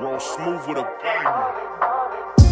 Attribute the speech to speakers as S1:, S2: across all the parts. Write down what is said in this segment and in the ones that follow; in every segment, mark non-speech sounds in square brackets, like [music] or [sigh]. S1: Roll smooth with a bang.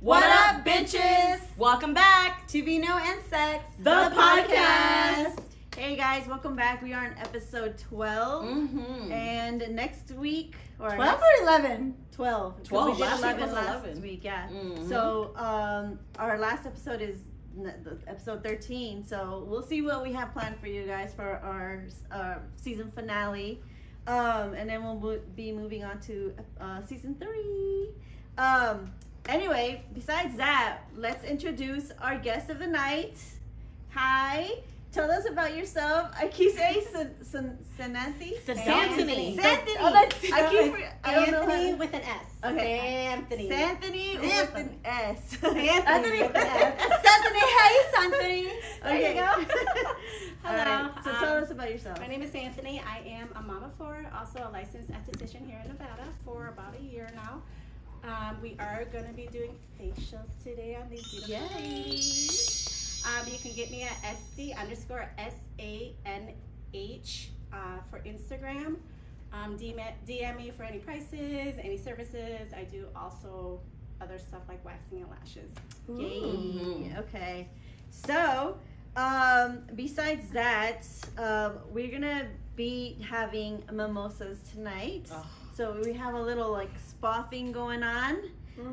S2: What up, bitches?
S3: Welcome back to Vino and Sex,
S2: The podcast.
S3: Hey guys, welcome back. We are on episode 12.
S4: Mm.
S2: Mm-hmm.
S3: And next week, or next-
S2: 12 or 11?
S3: 12.
S2: 12.
S3: We did
S2: Last week
S3: 11
S2: was
S3: last
S2: 11.
S3: week, Mm-hmm. yeah.
S2: Mhm.
S3: So, um, our last episode is n- the- episode 13. So, we'll see what we have planned for you guys for our uh, season finale. Um, and then we'll mo- be moving on to uh, season three. Um, anyway, besides that, let's introduce our guest of the night. Hi. Tell us about yourself. I keep saying San- San- Sananthi.
S4: Santhony.
S3: Santhony.
S4: Oh, that's-
S3: I keep. Re- I don't know how
S4: Anthony
S3: to-
S4: with an S.
S3: Okay.
S4: Anthony.
S3: Anthony with an [laughs] S.
S4: Anthony with
S3: with an
S4: an
S3: S.
S4: S.
S3: Anthony, hey,
S4: Anthony.
S3: Okay.
S4: There
S3: [laughs]
S4: you go.
S3: All right. So tell
S4: um,
S3: us about yourself.
S4: My name is Anthony. I am a mama for, also a licensed esthetician here in Nevada for about a year now. Um, we are going to be doing facials today on these beautiful
S3: Yay.
S4: ladies. Um, you can get me at SD underscore S-A-N-H uh, for Instagram. Um, DM, DM me for any prices, any services. I do also other stuff like waxing and lashes.
S3: Yay.
S2: Mhm.
S3: Okay. So, um, besides that, um, we're gonna be having mimosas tonight.
S2: Oh.
S3: So we have a little like spa thing going on.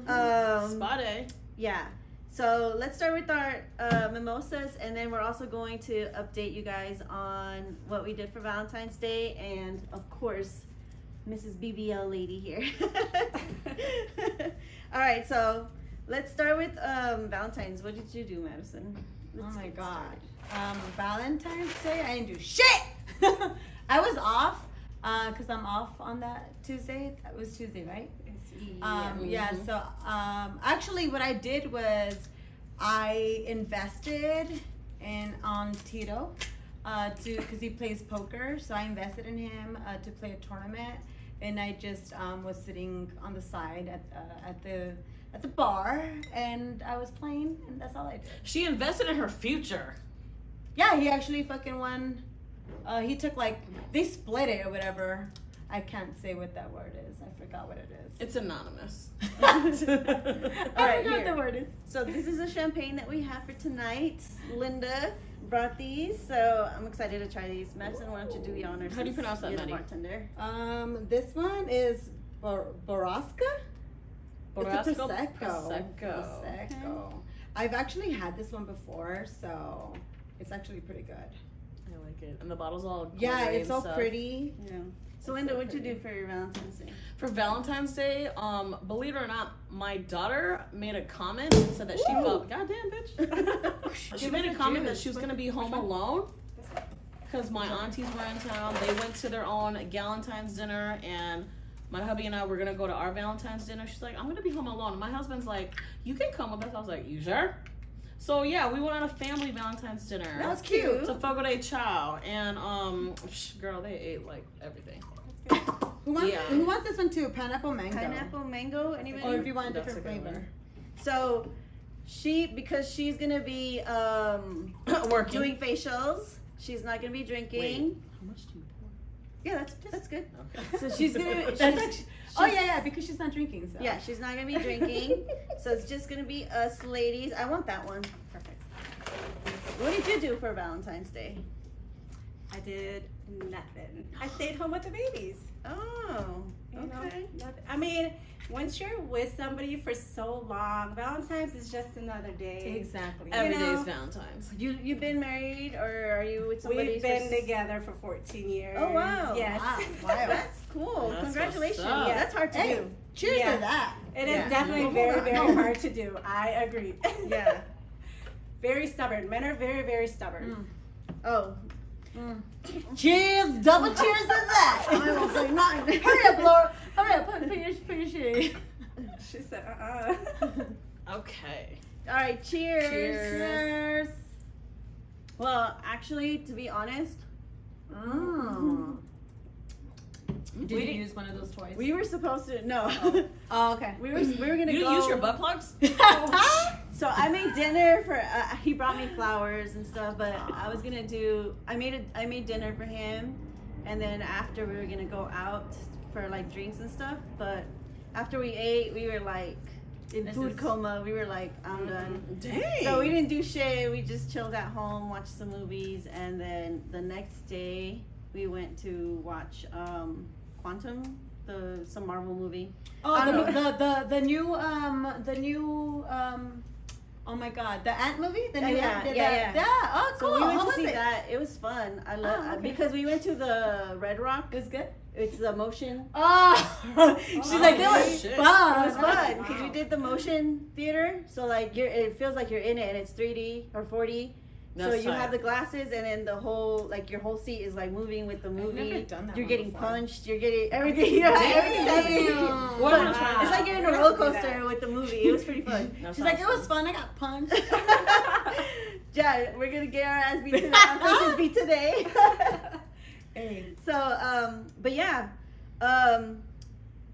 S3: Um,
S2: Spot A.
S3: Yeah. So let's start with our uh, mimosas, and then we're also going to update you guys on what we did for Valentine's Day, and of course, Mrs. BBL
S5: [laughs]
S3: lady here. [laughs] All right, so let's start with um, Valentine's. What did you do, Madison?
S5: Oh
S3: Let's
S5: my
S3: get
S5: god.
S3: started.
S5: Um, Valentine's Day, I didn't do shit. [laughs] I was off because I'm off on that Tuesday. That was Tuesday, right? Um, yeah.
S2: Mhm.
S5: So um, actually, what I did was I invested in on Tito uh, to because he plays poker, so I invested in him uh, to play a tournament, and I just um, was sitting [laughs] on the side at uh, at the at the bar, and I was playing, and that's all I did.
S2: She invested in her future.
S5: Yeah, he actually fucking won. Uh, he took like they split it or whatever. I can't say what that word is. I forgot what it is. [laughs]
S2: It's anonymous.
S5: I
S3: right,
S5: forgot what
S3: here.
S5: the word is.
S3: So this is a champagne that we have for tonight. Linda brought these, so I'm excited to try these. Madison, why don't you do the honors?
S2: How do you
S3: since
S2: pronounce that,
S3: you're the
S2: Maddie?
S3: bartender.
S5: Um, this one is Bor- Borasca. It's a
S2: Borasco
S5: prosecco.
S3: Oh,
S2: Prosecco.
S5: Prosecco. Oh, I've actually had this one before, so it's actually pretty good.
S2: I like it. And the bottle's all
S5: yeah,
S2: glittery
S5: it's
S2: and
S5: all
S2: stuff.
S5: pretty.
S3: Yeah. So Linda, what'd you do for your Valentine's
S5: [laughs]
S3: Day?
S2: For Valentine's Day, um, believe it or not, my daughter made a comment and said that she felt goddamn bitch. she
S3: Give
S2: made
S3: us
S2: a
S3: a
S2: comment that
S3: juice.
S2: she was
S3: What-
S2: gonna be
S3: which
S2: home
S3: one?
S2: alone because my aunties were in town. They went to their own Galentine's dinner and. My hubby and I were gonna go to our Valentine's dinner. She's like, I'm gonna be home alone. And my husband's like, You can come with us. I was like, You sure? So yeah, we went on a family Valentine's dinner.
S3: That's cute.
S2: It's a Fogo de Chao, and um, psh, girl, they ate like everything.
S5: Who wants,
S2: Yeah.
S5: who wants this one too? Pineapple mango.
S3: Pineapple, mango, anybody?
S5: Or if you want a
S2: That's
S5: different
S2: a good
S5: flavor.
S3: So she because she's gonna be um
S2: [coughs] Working.
S3: doing facials. She's not gonna be drinking.
S2: How much do you pour?
S3: Yeah, that's that's good.
S2: Okay.
S3: So she's
S2: [laughs]
S3: gonna-
S5: That's
S3: she's-
S5: actu- oh yeah, yeah, because she's not drinking. So.
S3: Yeah, she's not gonna
S5: [laughs]
S3: be drinking. so it's just gonna be us ladies. I want that one. Perfect. What did you do for Valentine's Day?
S4: I did nothing. I stayed home with the babies.
S3: Oh,
S4: You
S3: okay.
S4: know, nothing. I mean, once you're with somebody for so long, Valentine's is just another day.
S5: Exactly.
S2: Every
S4: You
S2: day's
S4: know.
S2: [laughs] Valentine's.
S3: You you've been married or are you with somebody?
S4: We've been
S3: for s-
S4: together for 14 years.
S3: Oh, wow.
S4: Yes.
S5: Wow,
S3: [laughs]
S5: wow.
S4: [laughs]
S3: That's cool.
S2: That's what's
S3: Congratulations.
S2: up.
S3: Yeah, that's hard to
S5: Hey.
S3: do.
S5: Cheers
S4: Yeah.
S5: to that.
S4: It is
S2: Yeah.
S4: definitely
S5: Hold
S4: very,
S5: on.
S4: very
S5: No.
S4: hard to do. I agree.
S3: Yeah.
S4: [laughs] very stubborn. Men are very, very stubborn.
S3: Oh,
S5: Cheers, double
S3: [laughs]
S5: cheers to that. [laughs]
S3: I will say nothing.
S5: Hurry up, Laura. Hurry up, put, put your, put your shit in.
S4: She said, uh [laughs] uh
S6: Okay.
S3: All right, cheers.
S6: Cheers.
S3: Well, actually, to be honest,
S7: Mm. Did
S3: We
S7: you
S3: didn't-
S7: use one of those toys?
S3: we were supposed to no.
S7: Oh. oh, okay.
S3: [laughs] we were we were
S6: You
S3: gonna
S6: didn't
S3: go.
S6: use your butt
S2: [laughs]
S6: plugs?
S3: So I made dinner for uh, he brought me flowers and stuff, but I was gonna do I made a, I made dinner for him, and then after we were gonna go out for like drinks and stuff, but after we ate, we were like in
S7: This
S3: food
S7: is- Mm-hmm.
S3: coma. We were like I'm done.
S6: Dang.
S3: So we didn't do shit. We just chilled at home, watched some movies, and then the next day we went to watch um, Quantum, the some Marvel movie.
S7: Oh,
S3: I
S7: the,
S3: don't know.
S7: the the the new um the new um oh my god the ant movie the
S3: Yeah,
S7: new
S3: yeah,
S7: ant, the-
S3: yeah,
S7: the-
S3: yeah.
S7: oh
S3: So
S7: cool
S3: we went
S7: How
S3: to
S7: was
S3: see
S7: it?
S3: that. It was fun. I love
S7: Oh, okay.
S3: because we went to the Red Rock.
S7: It was good
S3: It's the motion. [laughs]
S7: oh she's like it was
S6: shit.
S7: fun
S3: It was fun because
S4: wow.
S3: we did the motion theater. So like you're, it feels like you're in it, and it's 3D or 4D. so you have the glasses, and then the whole like your whole seat is like moving with the movie.
S7: never done that
S3: you're
S7: one
S3: getting
S7: before.
S3: punched. You're getting everything. [laughs] You're everything's happening.
S7: Damn.
S6: What am I trying to
S3: It's like you're in a
S4: We're
S3: roller
S4: gonna do that.
S3: coaster with the movie. It was pretty fun.
S6: That
S7: she's like it
S6: sounds
S7: was fun I got punched
S3: [laughs] yeah, we're gonna get our ass beat today. Our faces beat today.
S7: Hey.
S3: so, um, but yeah, um,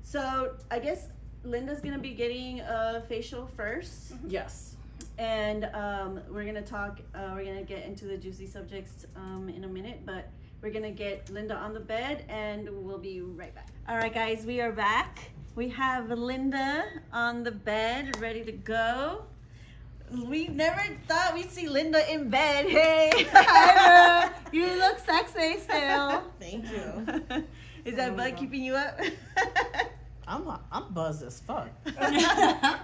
S3: so I guess Linda's gonna be getting a facial first,
S6: Yes.
S3: and um, we're gonna talk. Uh, we're gonna get into the juicy subjects um, in a minute, but we're gonna get Linda on the bed, and we'll be right back. All right, guys, we are back. We have Linda on the bed, ready to go. We never thought we'd see Linda in bed. Hey, [laughs]
S7: Ira, you look sexy
S3: [laughs]
S7: still
S6: Thank
S3: Is that bug keeping you up? [laughs]
S6: I'm I'm buzzed as fuck.
S7: that,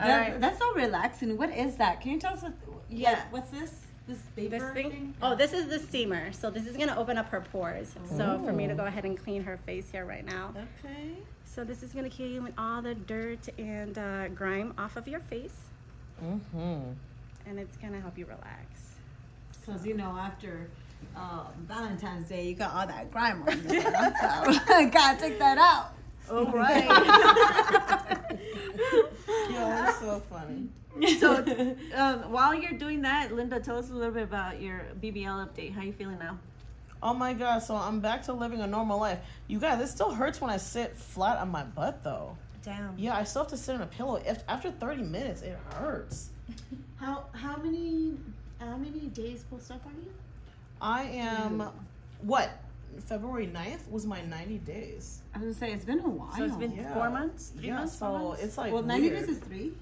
S3: All right.
S7: that's so relaxing what is that can you tell us what,
S3: Yeah.
S7: what's this this vapor
S4: This thing, oh, this is the steamer. So this is gonna open up her pores. So for me to go ahead and clean her face here right now.
S3: Okay.
S4: So this is gonna clean all the dirt and uh, grime off of your face,
S3: [laughs]
S6: Mm-hmm.
S4: and it's gonna help you relax.
S7: Because you know, after uh, Valentine's Day, you got all that grime on you. so I gotta take that out. [laughs]
S3: All Oh, right.
S6: so funny.
S7: [laughs]
S3: so, um, while you're doing that, Linda, tell us a little bit about your BBL update. How you feeling now?
S2: Oh my god, so I'm back to living a normal life. You guys, it still hurts when I sit flat on my butt though.
S7: Damn.
S2: Yeah, I still have to sit on a pillow. If, after 30 minutes, it hurts.
S7: [laughs] How how many how many days post up are you?
S2: I am, what? February 9th was my 90 days.
S7: I was gonna say it's been a while.
S3: So it's been
S2: Yeah.
S3: four months. Three
S2: yeah,
S3: months, four
S2: so
S3: months?
S2: it's like
S7: well, ninety
S2: weird.
S7: days is three.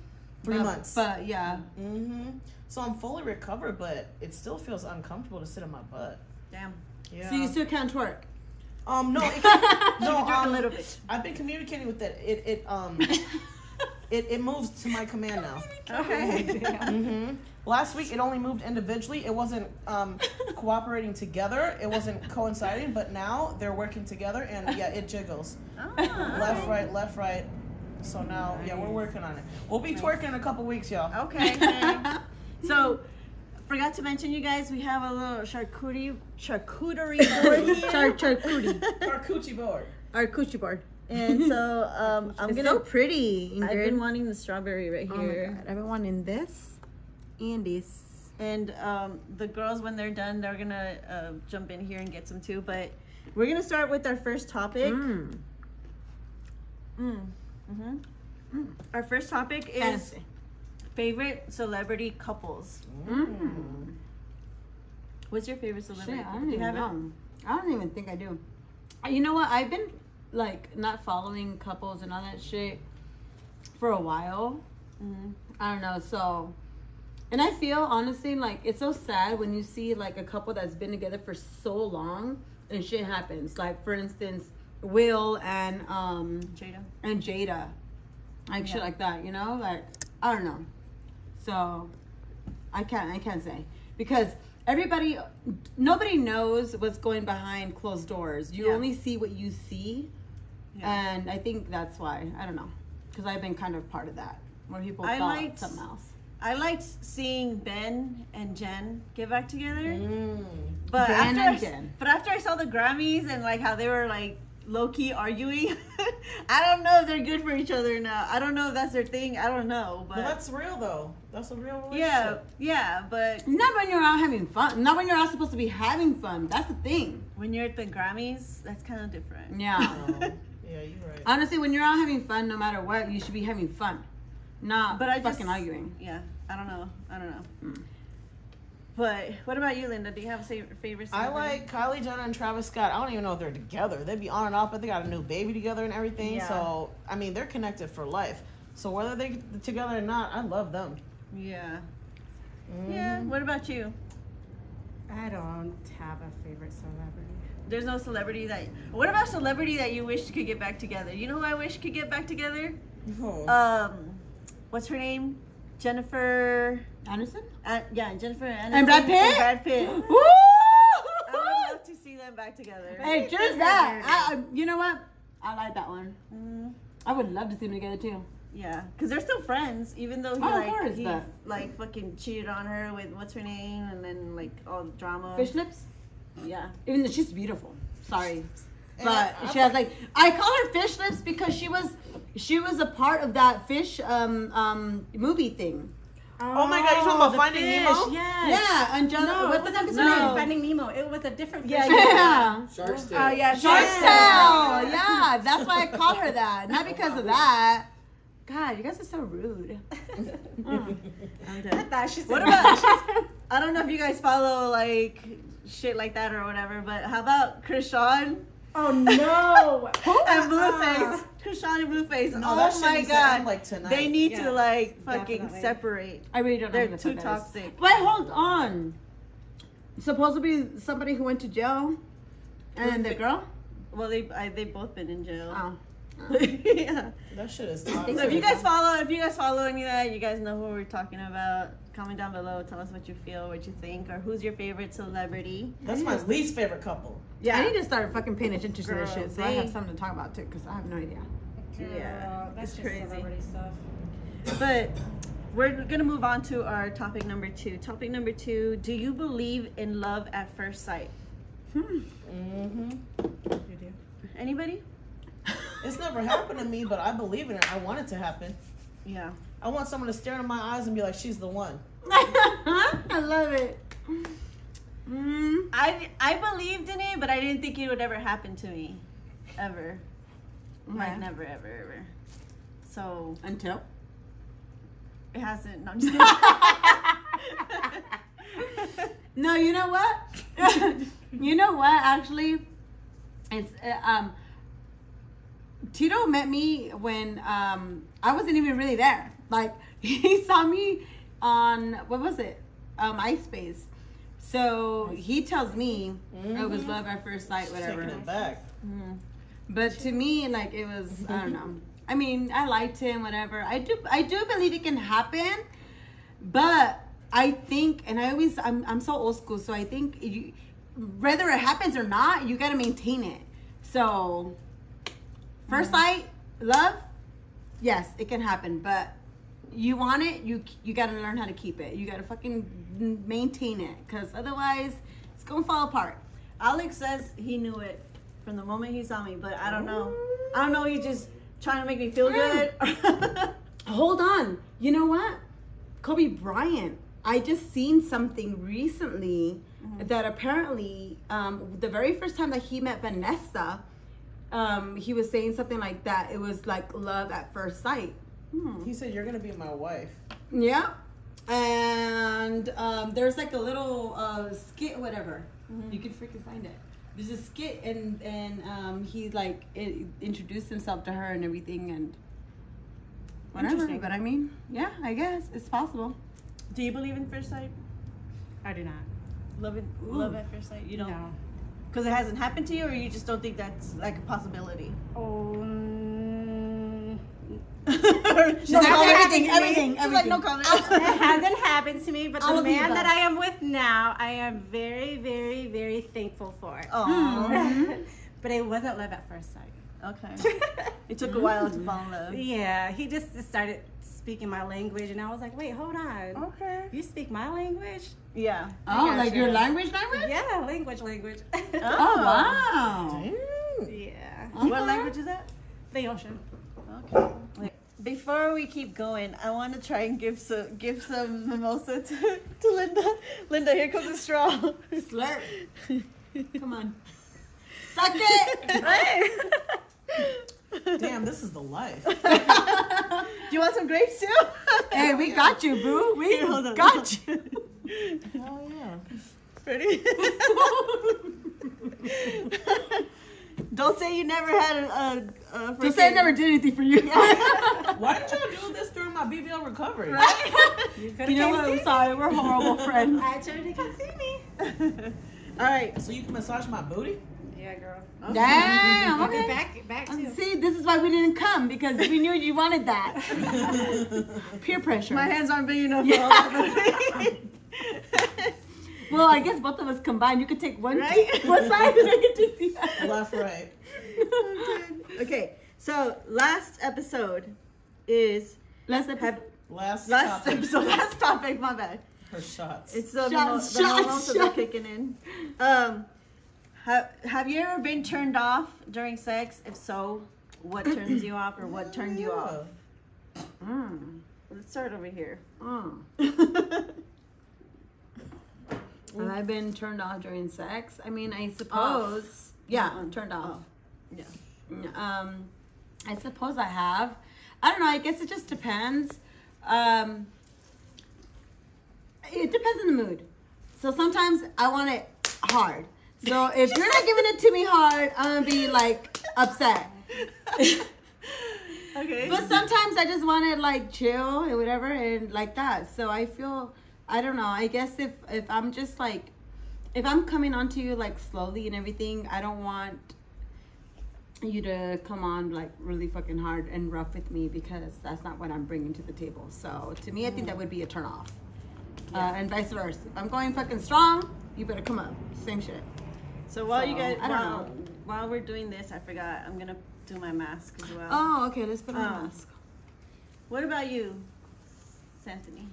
S2: three
S7: But-
S2: months.
S7: But yeah,
S2: mm-hmm. So I'm fully recovered, but it still feels uncomfortable to sit on my butt.
S3: Damn.
S2: Yeah.
S7: so you still
S3: [laughs]
S7: can't twerk. [laughs]
S2: um, no, it,
S7: no,
S2: no,
S3: Drink
S2: um,
S3: a little bit.
S2: I've been communicating with it. It, it, um,
S7: [laughs]
S2: it, it moves to my command now.
S3: [laughs] Okay. [laughs]
S7: [laughs]
S2: hmm Last week, it only moved individually. It wasn't um, [laughs] cooperating together. It wasn't coinciding. But now they're working together, and yeah, it jiggles left, right, left, right. So now, yeah, we're working on it. We'll be twerking in a couple weeks, y'all. [laughs]
S7: [laughs]
S3: Okay. so, forgot to mention, you guys, we have a little charcuterie charcuterie board here.
S7: [laughs] Char- charcuterie.
S2: Our coochie board.
S7: Our
S3: [laughs]
S7: coochie board.
S3: And so, um, I'm
S7: it's
S3: gonna.
S7: so pretty. Ingrid.
S3: I've been wanting the strawberry right
S7: oh my
S3: here.
S7: god, I've been wanting this and this.
S3: And um, the girls, when they're done, they're gonna uh, jump in here and get some too. But we're gonna start with our first topic.
S7: Mm.
S3: Mm. hmm
S7: Mm.
S3: Our first topic is
S7: Fancy.
S3: favorite celebrity couples. Mm-hmm.
S7: Mm.
S3: What's your favorite celebrity?
S7: Shit, I
S3: couple?
S7: don't
S3: Do you have
S7: even
S3: it?
S7: know. I don't even think I do. Uh, You know what? I've been like not following couples and all that shit for a while.
S3: Mhm.
S7: I don't know. So, and I feel honestly like it's so sad when you see like a couple that's been together for so long and shit happens. Like for instance, Will and um
S3: Jada.
S7: and Jada, like shit
S3: Yeah.
S7: like that. You know, like I don't know. So I can't I can't say because everybody nobody knows what's going behind closed doors. You
S3: Yeah.
S7: only see what you see,
S3: Yeah.
S7: and I think that's why I don't know because I've been kind of part of that where people
S3: I
S7: I thought
S3: liked-
S7: something else.
S3: I liked seeing Ben and Jen get back together,
S2: Mm.
S3: but
S7: Ben
S3: after
S7: and
S3: I,
S7: Jen.
S3: but after I saw the Grammys and like how they were like low key arguing. [laughs] I don't know if they're good for each other now. I don't know if that's their thing. I don't know,
S2: But
S3: but
S2: that's real though. That's a real
S3: yeah,
S2: relationship.
S3: yeah. But
S7: Not when you're out having fun. Not when you're not supposed to be having fun. That's the thing.
S3: when you're at the Grammys, that's kind of different. [laughs]
S7: Yeah.
S2: Oh, yeah, you're right.
S7: Honestly, when you're out having fun, no matter what, you should be having fun, not
S3: But I
S7: fucking
S3: just-
S7: arguing.
S3: yeah, I don't know. I don't know.
S7: Mm.
S3: But what about you, Linda? Do you have a sa- favorite?
S2: I
S3: celebrity?
S2: like Kylie Jenner and Travis Scott. I don't even know if they're together. They'd be on and off, but they got a new baby together and everything.
S7: Yeah.
S2: So I mean, they're connected for life. So whether they're together or not, I love them.
S3: Yeah.
S2: Mm-hmm.
S3: Yeah.
S7: Mm-hmm.
S3: What about you?
S8: I don't have a favorite celebrity.
S3: There's no celebrity that. What about celebrity that you wish could get back together? You know who I wish could get back together?
S2: Oh.
S3: Um, what's her name? Jennifer.
S7: Anderson?
S3: Uh, yeah, Jennifer Aniston
S7: And Brad Pitt?
S3: Brad Pitt.
S7: Woo!
S3: I would love to see them back together.
S7: Hey, just that. I, I- you know what? I like that one.
S3: Mm,
S7: I would love to see them together too.
S3: yeah, because they're still friends, even though he
S7: Oh, of
S3: like
S7: course,
S3: he,
S7: but-
S3: like fucking cheated on her with what's her name, and then like all the drama.
S7: Fish lips?
S3: Yeah.
S7: Even though she's beautiful. Sorry. But
S2: I- I
S7: she has like I call her fish lips because she was she was a part of that fish um um movie thing.
S2: Oh my God, you're talking about Finding Nemo?
S4: Yes.
S7: Yeah, Angelica. what the fuck is her
S4: No,
S7: name?
S4: Finding Nemo. It was a different.
S3: Yeah,
S4: version.
S7: Yeah.
S9: Shark's Tale.
S2: [laughs]
S4: Oh yeah,
S7: Shark
S4: yes.
S7: Tale. Yeah, that's why I call her that. Not because of that. God, you guys are so rude.
S2: [laughs] Oh,
S3: I'm
S4: I
S3: done.
S4: thought she said.
S3: What
S7: [laughs]
S3: about? I don't know if you guys follow like shit like that or whatever, but how about Krishan
S4: [laughs] Oh no.
S3: and Blueface? Krishan and Blueface.
S2: No,
S3: oh
S2: that shit
S3: my
S2: needs to end,
S3: god,
S2: like tonight.
S3: they need to
S4: Yes,
S3: like fucking
S4: definitely.
S3: separate.
S7: I really don't know.
S3: They're
S7: who the
S3: too
S7: fuck that is.
S3: toxic.
S7: But hold on. Supposedly somebody who went to jail and the girl?
S3: Well, they I, they've both been in jail.
S7: Oh.
S3: [laughs] yeah.
S2: That shit is
S3: So
S2: toxic.
S3: if you guys follow, if you guys follow any of that, you guys know who we're talking about. Comment down below. Tell us what you feel, what you think, or who's your favorite celebrity.
S2: That's my least favorite couple.
S7: I need to start fucking paying attention to this
S3: Girl,
S7: shit so I have
S3: they-
S7: something to talk about too because I have no idea.
S3: Yeah,
S4: Girl, that's
S3: it's
S4: just
S3: crazy.
S4: celebrity stuff.
S3: But we're gonna move on to our topic number two. Topic number two: Do you believe in love at first sight?
S7: Hmm.
S2: Mm-hmm.
S3: Anybody?
S2: It's never happened to me, but I believe in it. I want it to happen.
S3: Yeah.
S2: I want someone to stare into my eyes and be like, "She's the one."
S7: [laughs] I love it. Mm.
S3: I I believed in it, but I didn't think it would ever happen to me, ever. Like
S7: Okay.
S3: never, ever, ever. So
S7: Until.
S3: it hasn't. No, I'm just kidding.
S7: No, you know what? [laughs] you know what? Actually, it's uh, um. Tito met me when um I wasn't even really there. Like [laughs] he saw me on what was it? Um, MySpace. So he tells me it was love at first sight, Mm-hmm. whatever.
S2: Taking it back.
S7: Mhm. But to me, like it was, I don't know. I mean, I liked him, whatever. I do, I do believe it can happen, but I think, and I always, I'm, I'm so old school, so I think you, whether it happens or not, you gotta maintain it. So, 1st sight, love, yes, it can happen, but you want it, you you gotta learn how to keep it. You gotta fucking maintain it, cause otherwise, it's gonna fall apart.
S3: Alex says he knew it from the moment he saw me, but I don't know. I don't know. He's just trying to make me feel good. [laughs]
S7: Hold on. You know what? Kobe Bryant. I just seen something recently that apparently um, the very first time that he met Vanessa, um, he was saying something like that. It was like love at first sight. Hmm.
S2: He said, "You're gonna be my wife."
S7: Yeah. And um, there's like a little uh, skit, whatever. You can freaking find it. There's a skit, and and um, he like i introduced himself to her and everything, and whatever.
S3: Interesting.
S7: But I mean, yeah, I guess it's possible.
S3: Do you believe in first sight?
S8: I do not.
S3: Love it, love at first sight. You don't,
S8: No.
S3: because it hasn't happened to you, or you just don't think that's like a possibility.
S8: Oh.
S3: [laughs]
S8: mm,
S3: She's
S7: No,
S3: like,
S7: no,
S3: "Okay,
S7: "Oh, everything,
S3: happened to me."
S7: everything,
S3: Um, She's like, no
S8: [laughs]
S3: [laughs]
S8: It
S3: comment.
S8: hasn't happened to me, but
S7: All
S8: the
S7: of the
S8: man
S7: above.
S8: that I am with now, I am very, very, very thankful for.
S3: Oh,
S8: [laughs] but it wasn't love at first sight.
S3: okay. It took a while to fall in love.
S8: yeah, he just started speaking my language, and I was like, wait, hold on.
S2: Oh.
S3: Okay.
S8: You speak my language?
S3: Yeah.
S7: Oh,
S8: got
S7: like
S8: you. [laughs]
S7: your language, language.
S8: Yeah, language, language.
S7: Oh wow.
S2: Damn.
S8: Yeah.
S3: What [laughs] language is that?
S8: The ocean.
S3: Okay. Before we keep going, I want to try and give some give some mimosa to, to Linda. Linda, here comes a straw.
S7: Slurp. Come [laughs] on. Suck
S3: [laughs]
S7: it.
S2: Damn, this is the
S3: [laughs]
S2: life.
S3: Do you want some grapes too? [laughs]
S7: hey, we got you, boo. We
S3: Here, hold on.
S7: got you.
S2: Oh yeah.
S3: [laughs] Ready? [laughs] Don't say you never had a. a, a
S7: Just say I
S3: freaking-
S7: never did anything for you.
S2: Why didn't y'all do this during my BBL recovery?
S7: [laughs] you know what? I'm sorry. We're horrible friends.
S4: I turned to come see me.
S3: [laughs] All right.
S2: So you can massage
S3: [laughs]
S2: my booty? [laughs]
S8: Yeah, girl.
S7: Damn. Okay.
S4: Back, back
S7: Um,
S4: to
S7: See, this is why we didn't come because we knew you wanted [laughs] that. Peer pressure.
S3: My hands aren't big enough for all
S7: Yeah.
S3: that.
S7: well, I guess both of us combined, you could take one,
S3: Right?
S7: [laughs] one side and I could take [laughs] the
S2: [laughs]
S7: other.
S2: Left, right.
S3: okay. So last episode is
S7: Last episode.
S3: Have-
S2: Last,
S3: last
S2: topic.
S3: episode. [laughs] Last topic. My bad.
S2: Her shots.
S3: It's the
S7: Shots,
S3: the
S7: shots,
S3: hormones that are
S7: shots.
S3: kicking in. Um, have Have you ever been turned off during sex? If so, what turns you off or what turned you
S7: [clears throat]
S3: off? Hmm,
S7: Mm,
S3: Let's start over
S7: [laughs]
S3: here.
S7: mm. Have I been turned off during sex? I mean, I suppose. Yeah,
S3: Mm-mm.
S7: turned Uh-uh. off.
S3: Yeah.
S7: Um, I suppose I have. I don't know. I guess it just depends. Um, it depends on the mood. So sometimes I want it hard. So if you're not giving it to me hard, I'm gonna be like upset.
S3: okay.
S7: But sometimes I just want it like chill and whatever and like that. So I feel I don't know. I guess if if I'm just like if I'm coming onto you like slowly and everything, I don't want you to come on like really fucking hard and rough with me because that's not what I'm bringing to the table. So to me, I think that would be a turn off. Uh, and vice versa. If I'm going fucking strong, you better come up. Same shit.
S3: So while you
S7: So,
S3: guys,
S7: I don't
S3: while,
S7: know.
S3: while we're doing this, I forgot. I'm gonna do my mask as well.
S7: Oh, okay. Let's put on a
S3: Oh.
S7: mask.
S3: What about you, Anthony?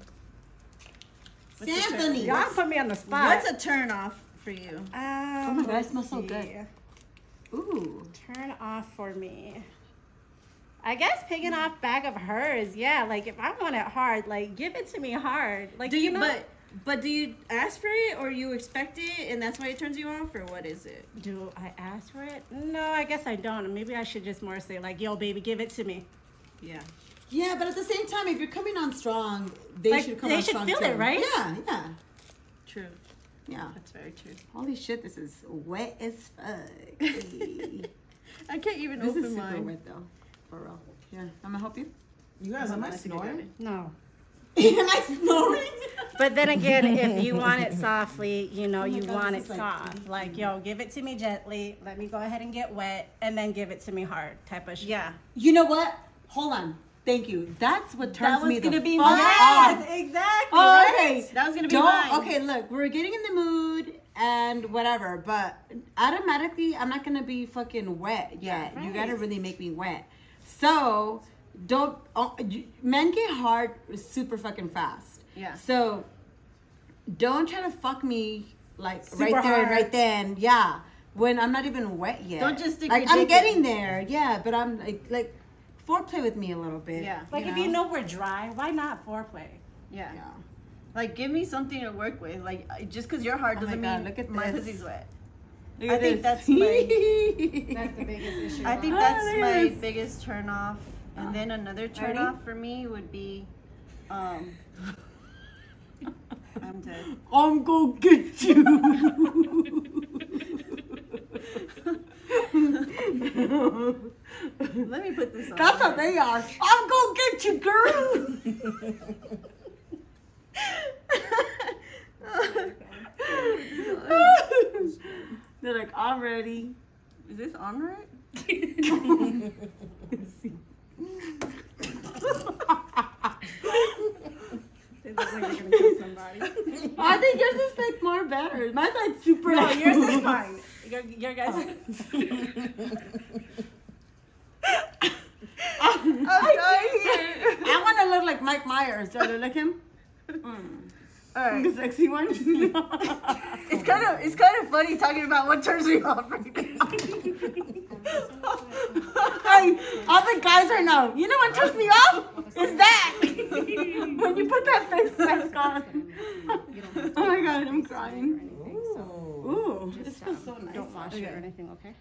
S7: Anthony.
S8: Y'all put me on the spot.
S3: What's a turn off for you?
S7: Oh
S8: Um,
S7: my God, it
S8: let's
S7: smells so
S8: see.
S7: good. Ooh.
S4: Turn off for me. I guess picking off bag of hers. Yeah, like if I want it hard, like give it to me hard. Like
S3: Do you,
S4: know,
S3: but but do you ask for it or you expect it and that's why it turns you off or what is it?
S4: do I ask for it? No, I guess I don't. Maybe I should just more say like, "Yo, baby, give it to me."
S3: Yeah.
S7: Yeah, but at the same time, if you're coming on strong, they
S4: Like,
S7: should come
S4: they
S7: on
S4: should
S7: strong
S4: feel
S7: too.
S4: it, right?
S7: Yeah, yeah,
S3: True.
S7: yeah.
S3: That's very true.
S7: Holy shit, this is wet as fuck. this
S3: I can't even
S7: is super
S3: open mine.
S7: wet though, for real. Yeah, I'm gonna help you.
S2: you guys, am I snoring?
S4: No.
S7: Am I snoring?
S4: But then again, if you want it softly, you know, you
S7: God,
S4: want
S7: this
S4: it
S7: is like-
S4: soft. Like, yo, give it to me gently. Let me go ahead and get wet, and then give it to me hard, type of shit.
S3: Yeah.
S7: You know what? Hold on. Thank you. That's what turns
S3: That was
S7: me the
S3: gonna be
S7: fuck
S3: mine.
S7: off.
S3: Exactly.
S7: Oh,
S3: right?
S7: okay.
S3: That was gonna be
S7: Don't,
S3: mine.
S7: okay, look, we're getting in the mood and whatever, but automatically I'm not gonna be fucking wet yet. You gotta really make me wet. So don't oh, you- men get hard super fucking fast.
S3: Yeah.
S7: So don't try to fuck me like right
S4: Super
S7: there and
S4: hard.
S7: right then. Yeah. When I'm not even wet yet.
S3: Don't just stick
S7: like
S3: your
S7: I'm
S3: dick
S7: getting
S3: in.
S7: there. Yeah, but I'm like like foreplay with me a little bit.
S3: Yeah.
S4: Like, if you know we're dry, why not foreplay?
S3: Yeah.
S7: Yeah.
S3: Like give me something to work with. Like I- just cuz you're hard
S7: Oh my
S3: doesn't
S7: God,
S3: mean
S7: look at
S3: my
S7: this.
S3: pussy's wet.
S7: Look
S3: I
S7: at
S3: think
S7: this.
S3: that's
S7: [laughs]
S3: my-
S7: that's the biggest issue.
S3: I think
S7: Oh,
S3: that's
S7: look at
S3: my
S7: this.
S3: biggest turn off. And then another turn
S7: Ready?
S3: off for me would be um I'm dead.
S7: I'm gonna get you.
S3: [laughs] Let me put this on.
S7: That's how they are. I'm gonna get you, girl.
S3: [laughs]
S7: They're like, I'm ready.
S3: Is this on right?
S2: [laughs]
S7: I think yours is like more better. Mine's like super. [laughs] No,
S4: Oh, Yours
S8: [laughs]
S4: is fine. Your, your
S8: Oh.
S4: guys.
S3: [laughs]
S7: I, I want to look like Mike Myers. Do I look like [laughs] him?
S3: All right.
S7: The sexy [laughs] one.
S3: It's kind of it's kind of funny talking about what turns me off right now.
S7: Hey, other guys right now. You know what turns me off? Is [laughs] that when you put that face mask on. [laughs] Oh my god, I'm crying.
S2: Ooh.
S7: Ooh, this feels so nice.
S4: Don't wash it or
S7: Okay.
S4: anything, okay?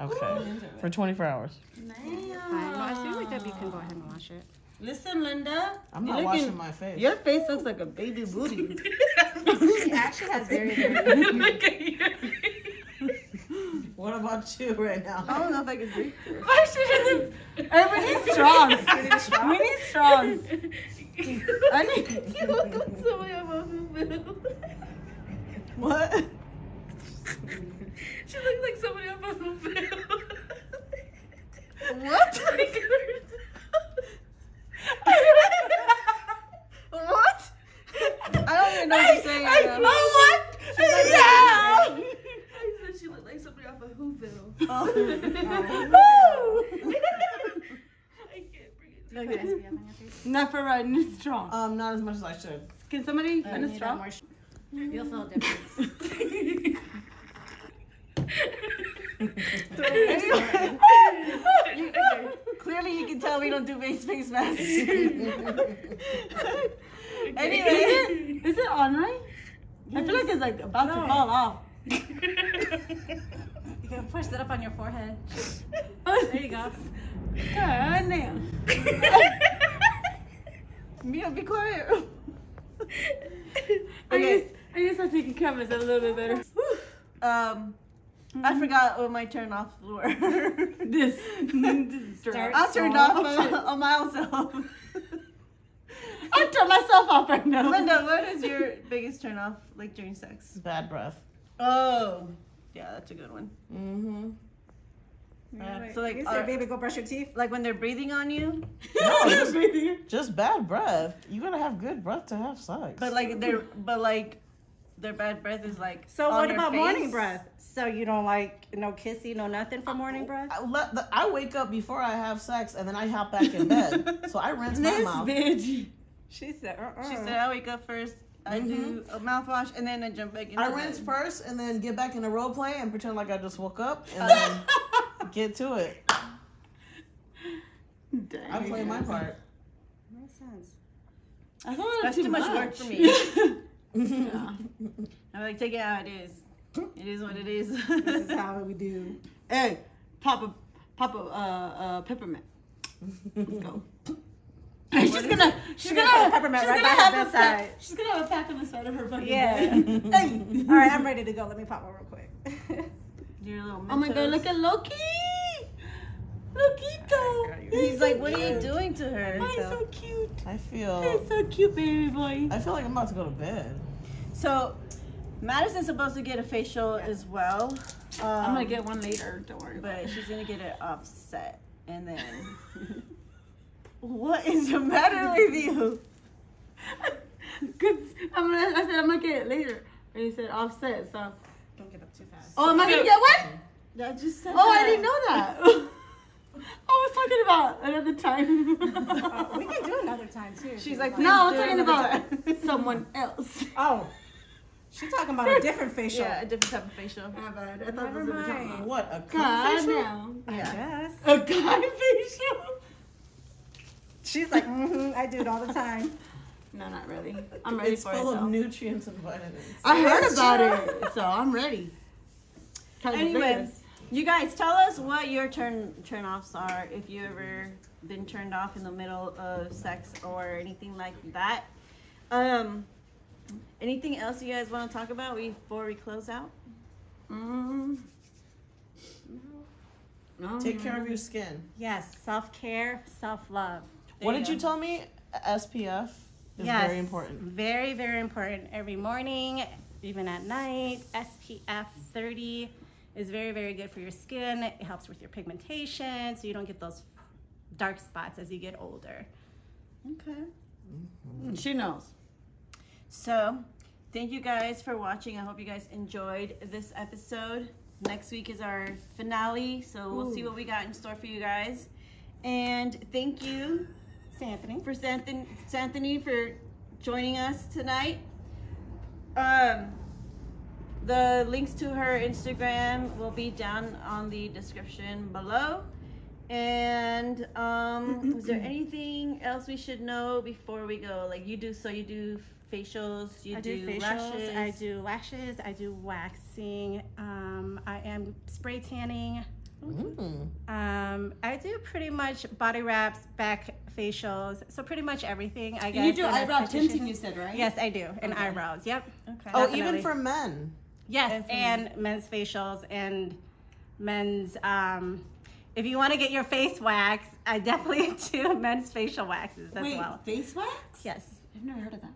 S2: Okay. For 24 hours.
S4: Fine. No, I feel like that you can go ahead and wash it.
S7: Listen, Linda.
S2: I'm not
S7: You're looking-
S2: washing my face.
S7: Your face looks like a baby booty.
S4: [laughs] She actually has
S7: [laughs]
S4: very, very. [laughs]
S2: What about you right
S7: I
S2: now?
S7: don't know if I can drink this. Everybody needs straws. we need straws. [laughs] I need. You look like somebody I'm
S2: [laughs] What?
S6: She looked like somebody off of a film.
S7: What? what?
S3: I don't even know what you're saying.
S7: I,
S3: Anna.
S7: know what? yeah.
S6: I said she looked like somebody off of Whoville.
S7: Oh,
S6: [laughs] I can't bring it.
S4: Put SPF on your face.
S7: Not for right, need straw.
S2: Um, not as much as I should.
S7: Can somebody find
S4: You
S7: a
S4: need
S7: straw? [laughs]
S4: more sh- You'll feel different.
S7: Anyway. Clearly, you can tell we don't do face face masks. [laughs] Anyway, is it, is it on right? I feel like it's like about to fall off.
S4: You can push that up on your forehead.
S7: [laughs] there
S4: you go.
S7: God damn. Mia, be quiet.
S3: Um, Okay.
S7: I just, I just start taking cameras a little bit better.
S3: Um, I forgot what my turn offs were.
S7: This.
S4: Start
S3: I turned off on,
S7: [laughs]
S3: on myself.
S7: I turned myself off right now.
S3: Linda, what is your biggest turn off like during sex?
S2: Bad breath.
S3: Oh, yeah, that's a good one.
S2: Mm-hmm.
S3: So like,
S8: You
S3: are-
S8: say, baby, go brush your teeth.
S3: like when they're breathing on you,
S2: No, just, just bad breath. You gotta have good breath to have sex.
S3: but like they're but like their bad breath is like.
S8: So
S3: on
S8: what
S3: your
S8: about morning
S3: face.
S8: breath? So you don't like no kissy, no nothing for morning breath?
S2: I, let the, I wake up before I have sex and then I hop back in bed. [laughs] so I rinse my mouth.
S7: bitch.
S8: She said,
S7: [laughs]
S8: uh-uh.
S3: She said, "I wake up first. I do a mouthwash, and then I jump back in."
S2: I
S3: the
S2: rinse
S3: bed."
S2: first and then get back in the role play and pretend like I just woke up and [laughs] then get to it. I play my part.
S8: Makes sense.
S7: I thought that
S3: That's
S7: was
S3: too much work for
S7: [laughs]
S3: me. I'm like, take it how it is. It is what it is.
S8: This is how we do.
S7: hey, pop a, pop a, uh, uh, peppermint. Let's go. [laughs] she's gonna, she's
S8: gonna
S7: gonna,
S8: put a peppermint
S7: she's
S8: right by
S7: gonna
S8: her
S7: have a
S8: bedside.
S7: pack- She's gonna have a pack on the side of her fucking
S8: Yeah. [laughs]
S4: [laughs]
S7: bed.
S8: All right, I'm ready to go. Let me pop one real quick.
S3: Your little
S7: Oh my god,
S3: Mentos.
S7: look at Loki! Lokito!
S3: He's like, what are you [laughs]
S7: cute.
S3: doing to her?
S7: Why
S3: So-
S7: so cute?
S2: I
S7: He's
S8: Oh.
S2: feel
S7: so cute, baby boy.
S2: I feel like I'm about to go to bed.
S3: So, Madison's supposed to get a facial as well. Um,
S7: I'm gonna get one later, don't worry. about [laughs]
S3: But she's gonna get it offset, and then. what is the matter with you?
S7: it. Good. I'm gonna, I said I'm gonna get it later. And he said offset, so.
S8: Don't get up too fast.
S7: Oh, am I gonna get one?
S3: I just said.
S7: Oh, I
S3: that.
S7: didn't know that. [laughs] I was talking about another
S8: Uh,
S3: [laughs]
S7: [laughs] time.
S8: we can do another time too. if
S3: She's
S8: you
S3: like,
S8: want.
S7: No, I'm
S3: "Let's do
S7: talking
S3: it another [laughs]
S7: about [laughs] someone else.
S8: Oh, she's talking about a different facial.
S3: Yeah, a different type of facial.
S7: My bad. I
S8: [laughs]
S7: thought
S8: Never
S7: this was a different
S8: mind.
S2: What a
S7: God Oh,
S2: conversation?
S7: now.
S3: Yeah.
S8: Yes.
S7: A guy facial?
S8: She's like, mm-hmm, I do it all the time.
S7: No, not really. I'm ready
S2: It's
S7: for it.
S2: full
S7: though.
S2: of nutrients and vitamins.
S7: I heard about it, so I'm ready. Kinda
S3: Anyway,
S7: nervous.
S3: you guys, tell us what your turn turn offs are if you ever been turned off in the middle of sex or anything like that. Um, anything else you guys want to talk about before we close out?
S7: Mm. No.
S2: Take care of your skin.
S8: Yes, self care, self love.
S2: What did you tell me? SPF is
S8: Yes.
S2: very important.
S8: Very, very important. Every morning, even at night, SPF 30 is very, very good for your skin. It helps with your pigmentation so you don't get those dark spots as you get older.
S3: Okay.
S7: Hmm. She knows.
S3: So, thank you guys for watching. I hope you guys enjoyed this episode. Next week is our finale, so we'll see what we got in store for you guys. And thank you,
S8: Anthony.
S3: for Santhony, Santhony for joining us tonight. Um, The links to her Instagram will be down on the description below. And
S4: [clears throat]
S3: um, was there anything else we should know before we go? Like you do, so you do facials, you
S4: I do, facials,
S3: lashes.
S4: I do lashes, I do waxing, um, I am spray tanning.
S2: Mm.
S4: Um, I do pretty much body wraps, back facials, so pretty much everything. I guess
S7: You do
S4: an
S7: eyebrow
S4: esthetician-
S7: tinting, you said, right?
S4: Yes, I do, and eyebrows. Yep.
S7: Okay.
S2: Oh,
S4: Definitely.
S2: even for men.
S4: Yes, and men's facials and men's. Um, if you want to get your face waxed, I definitely [laughs] do men's facial waxes as
S7: Wait,
S4: well.
S7: face wax?
S4: Yes.
S7: I've never heard of that.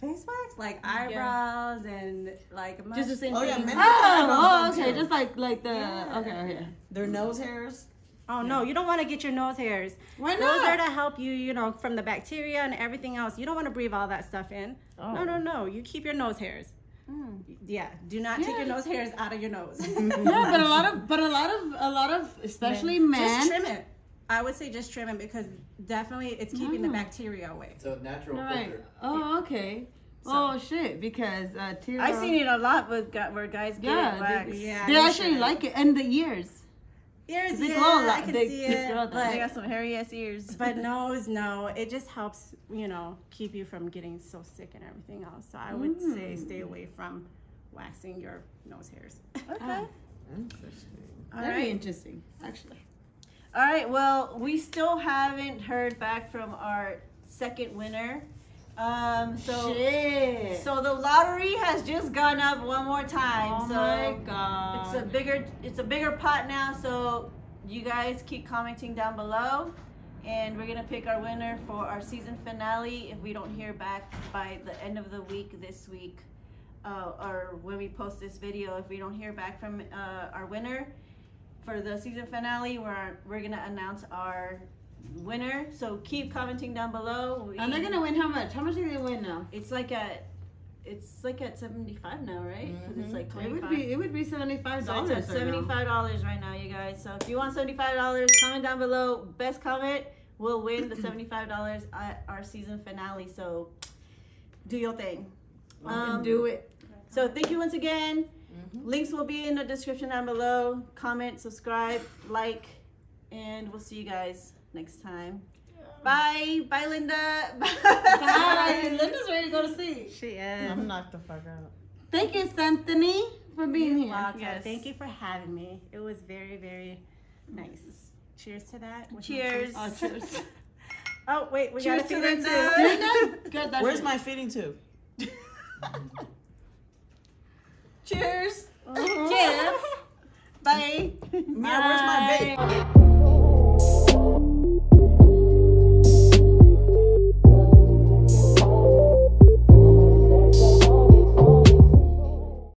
S4: Face wax, like eyebrows and like mush-
S3: Just the same
S2: Oh yeah,
S3: thing.
S2: men.
S3: Oh, oh, okay, just like like the okay, okay.
S2: their nose hairs.
S4: Oh no, you don't want to get your nose hairs.
S7: Why
S4: Those are
S7: not?
S4: to help you, you know, from the bacteria and everything else. You don't want to breathe all that stuff in. No, no, no. You keep your nose hairs. Yeah. Do not take your nose hairs out of your nose.
S7: [laughs]
S4: [laughs]
S7: Yeah, but a lot of, but a lot of, a lot of, especially men.
S4: Just trim it. I would say just trim it because definitely it's keeping the bacteria away.
S10: So natural
S7: Right.
S10: filter.
S7: Oh, okay. Oh shit! Because uh, Tiro,
S3: I've seen it a lot with gu- where guys get
S7: Yeah,
S3: it
S7: they-
S3: waxed.
S4: Yeah.
S7: They actually like it, and the ears.
S4: ears.
S7: they
S4: yeah,
S7: glow a lot.
S4: I can
S7: They-
S4: see
S7: they
S4: it.
S7: glow that.
S3: They
S4: but,
S3: got some hairy ass ears.
S4: [laughs] but nose, no. It just helps, you know, keep you from getting so sick and everything else. So I would say
S7: Mm.
S4: stay away from waxing your nose hairs. [laughs]
S3: okay.
S10: Interesting.
S3: All
S7: That'd be
S3: right.
S7: interesting, actually.
S3: All right. Well, we still haven't heard back from our second winner. Um, so
S7: Shit.
S3: so the lottery has just gone up one more time.
S7: oh
S3: so
S7: my god.
S3: it's a bigger it's a bigger pot now. So you guys keep commenting down below, and we're gonna pick our winner for our season finale. If we don't hear back by the end of the week this week, uh, or when we post this video, if we don't hear back from uh, our winner for the season finale, we're we're gonna announce our winner. So keep commenting down below. We-
S7: and they're gonna win how much? How much do they win now?
S3: It's like at it's like at seventy five now, right? 'Cause it's like
S7: Mm-hmm. It
S3: twenty
S7: would
S3: five.
S7: be it would be seventy five
S3: So it's
S7: dollars.
S3: at
S7: [laughs]
S3: seventy-five dollars right now, you guys. So if you want seventy-five dollars, comment down below. Best comment will win the seventy-five dollars at our season finale. So do your thing. Um,
S7: do it. Mm-hmm.
S3: so thank you once again. Links will be in the description down below. Comment, subscribe, like, and we'll see you guys next time. Bye, bye, Linda. [laughs]
S7: Bye. Linda's ready to go to sleep.
S4: She is.
S2: I'm knocked the fuck out.
S7: Thank you, Anthony, for being here.
S4: Wow, Kat,
S3: Yes.
S4: Thank you for having me. It was very, very nice. Cheers to that. With my
S3: Cheers.
S7: Oh,
S4: toast.
S7: [laughs]
S4: Oh, wait, we
S3: Cheers
S4: got
S3: to
S4: to feed it
S3: Linda.
S4: too.
S7: Linda, good. That's
S2: Where's
S7: it.
S2: my feeding tube?
S3: Cheers. Cheers. Bye. [laughs]
S2: Yeah, where's my vape?
S3: Bye.